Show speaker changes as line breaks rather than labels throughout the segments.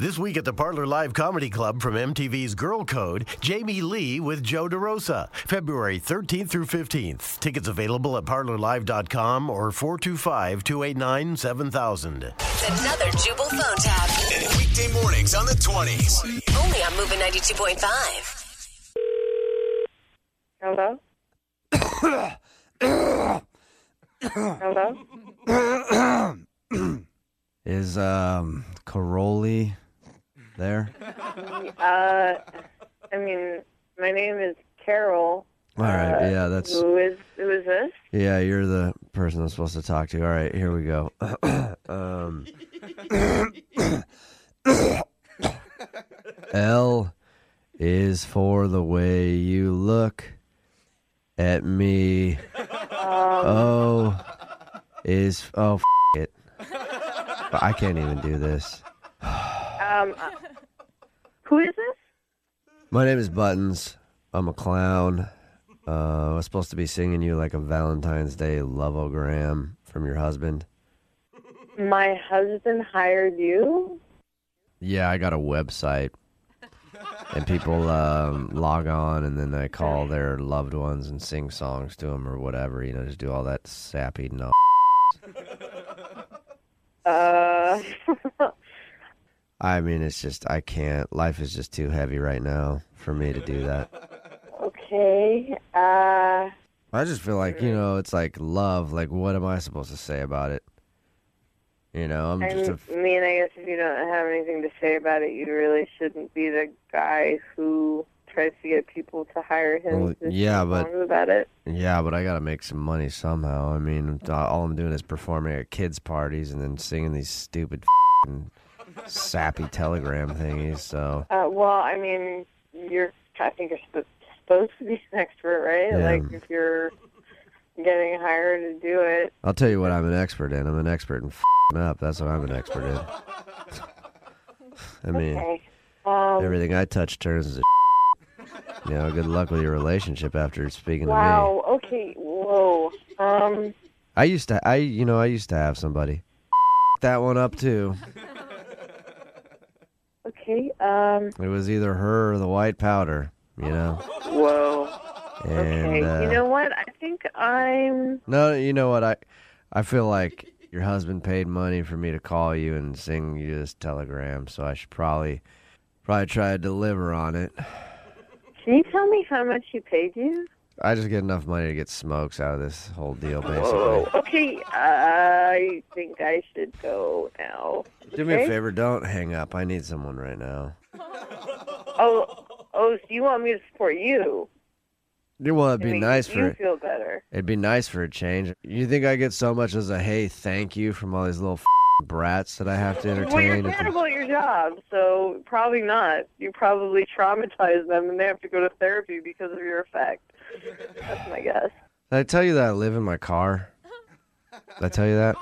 This week at the Parlor Live Comedy Club from MTV's Girl Code, Jamie Lee with Joe DeRosa, February 13th through 15th. Tickets available at parlorlive.com or 425 289 7000.
It's another Jubal phone tab.
Weekday mornings on the 20s.
Only on Moving 92.5.
Hello? Hello?
Is um Caroli there?
Uh, I mean, my name is Carol. Uh,
All right, yeah, that's
Who is who is this?
yeah, you're the person I'm supposed to talk to. All right, here we go. um L is for the way you look at me. O is oh f- it. I can't even do this.
Um, uh, who is this?
My name is Buttons. I'm a clown. Uh, I was supposed to be singing you like a Valentine's Day loveogram from your husband.
My husband hired you.
Yeah, I got a website, and people um, log on, and then they call their loved ones and sing songs to them or whatever. You know, just do all that sappy no.
Uh,
I mean, it's just I can't. Life is just too heavy right now for me to do that.
okay. Uh,
I just feel like you know, it's like love. Like, what am I supposed to say about it? You know, I'm
I
just a
mean, I guess if you don't have anything to say about it, you really shouldn't be the guy who tries to get people to hire him
Well,
to sing
yeah, but-
songs about it.
Yeah, but I gotta make some money somehow. I mean, all I'm doing is performing at kids' parties and then singing these stupid fing sappy telegram thingies. So
Uh, well, I mean, you're. I think you're sp- supposed to be an expert, right?
Yeah.
Like if you're getting hired to do it.
I'll tell you what I'm an expert in. I'm an expert in fing up. That's what I'm an expert in. I mean,
Okay. Um,
everything I touch turns to. You know, good luck with your relationship after speaking to me.
wow. Okay. Whoa. Um.
I used to, I you know, I used to have somebody. That one up too.
Okay. Um.
It was either her or the white powder. You know.
Whoa.
And,
Okay.
uh,
you know what? I think I'm.
No, you know what I I feel like your husband paid money for me to call you and sing you this telegram, so I should probably probably try to deliver on it.
Can you tell me how much he paid you?
I just get enough money to get smokes out of this whole deal
Whoa.
basically.
Okay. I think I should go now.
Do me a
Okay.
favor, don't hang up. I need someone right now.
Oh. Oh. So you want me to support you?
Well, it'd
To
be
make
nice
you
for
feel better.
it'd be nice for a change. You think I get so much as a hey, thank you from all these little f***ing brats that I have to
Well, you're
entertain? at the-
terrible at your job, so probably not. You probably traumatize them, and they have to go to therapy because of your effect. That's my guess.
Did I tell you that I live in my car? Did I tell you that?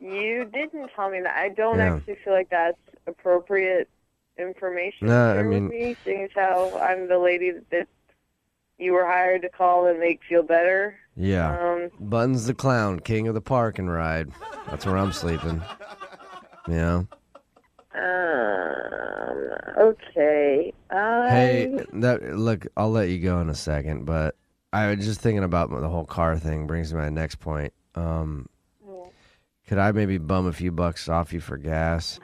You didn't tell me that. I don't
Yeah.
actually feel like that's appropriate information.
No,
to share
I mean-
with me, seeing as how I'm the lady that you were hired to call and make feel better.
Yeah.
Um,
Buttons the clown, king of the park and ride. That's where I'm sleeping. You know.
um, okay. Um, I,
Hey, that look. I'll let you go in a second, but I was just thinking about the whole car thing. Brings me to my next point. Um, could I maybe bum a few bucks off you for gas?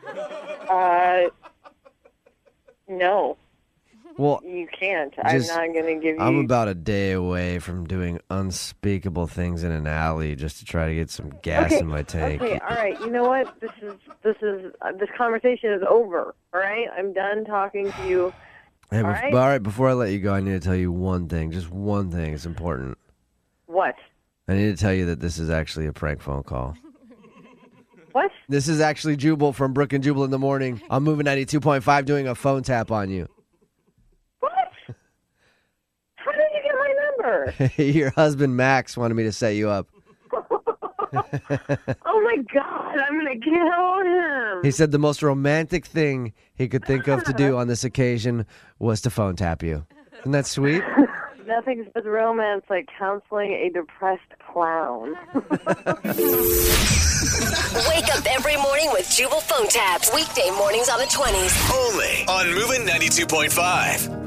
Uh, no,
Well,
you can't.
Just-
I'm not going to give you.
I'm about a day away from doing unspeakable things in an alley just to try to get some gas in my tank.
Okay, all right. You know what? This is this is uh, this conversation is over. All right, I'm done talking to you.
Hey, bef-
right.
but all right. Before I let you go, I need to tell you one thing. Just one thing. It's important.
What?
I need to tell you that this is actually a prank phone call.
What?
This is actually Jubal from Brook and Jubal in the morning. I'm moving 92.5 doing a phone tap on you.
What? How did you get my number?
Your husband Max wanted me to set you up.
Oh my God! I'm gonna kill
He
him.
said the most romantic thing he could think of to do on this occasion was to phone tap you. Isn't that sweet?
Nothing says romance like counseling a depressed clown.
Wake up every morning with Jubal phone tabs. Weekday mornings on the 20s.
Only on Moving 92.5.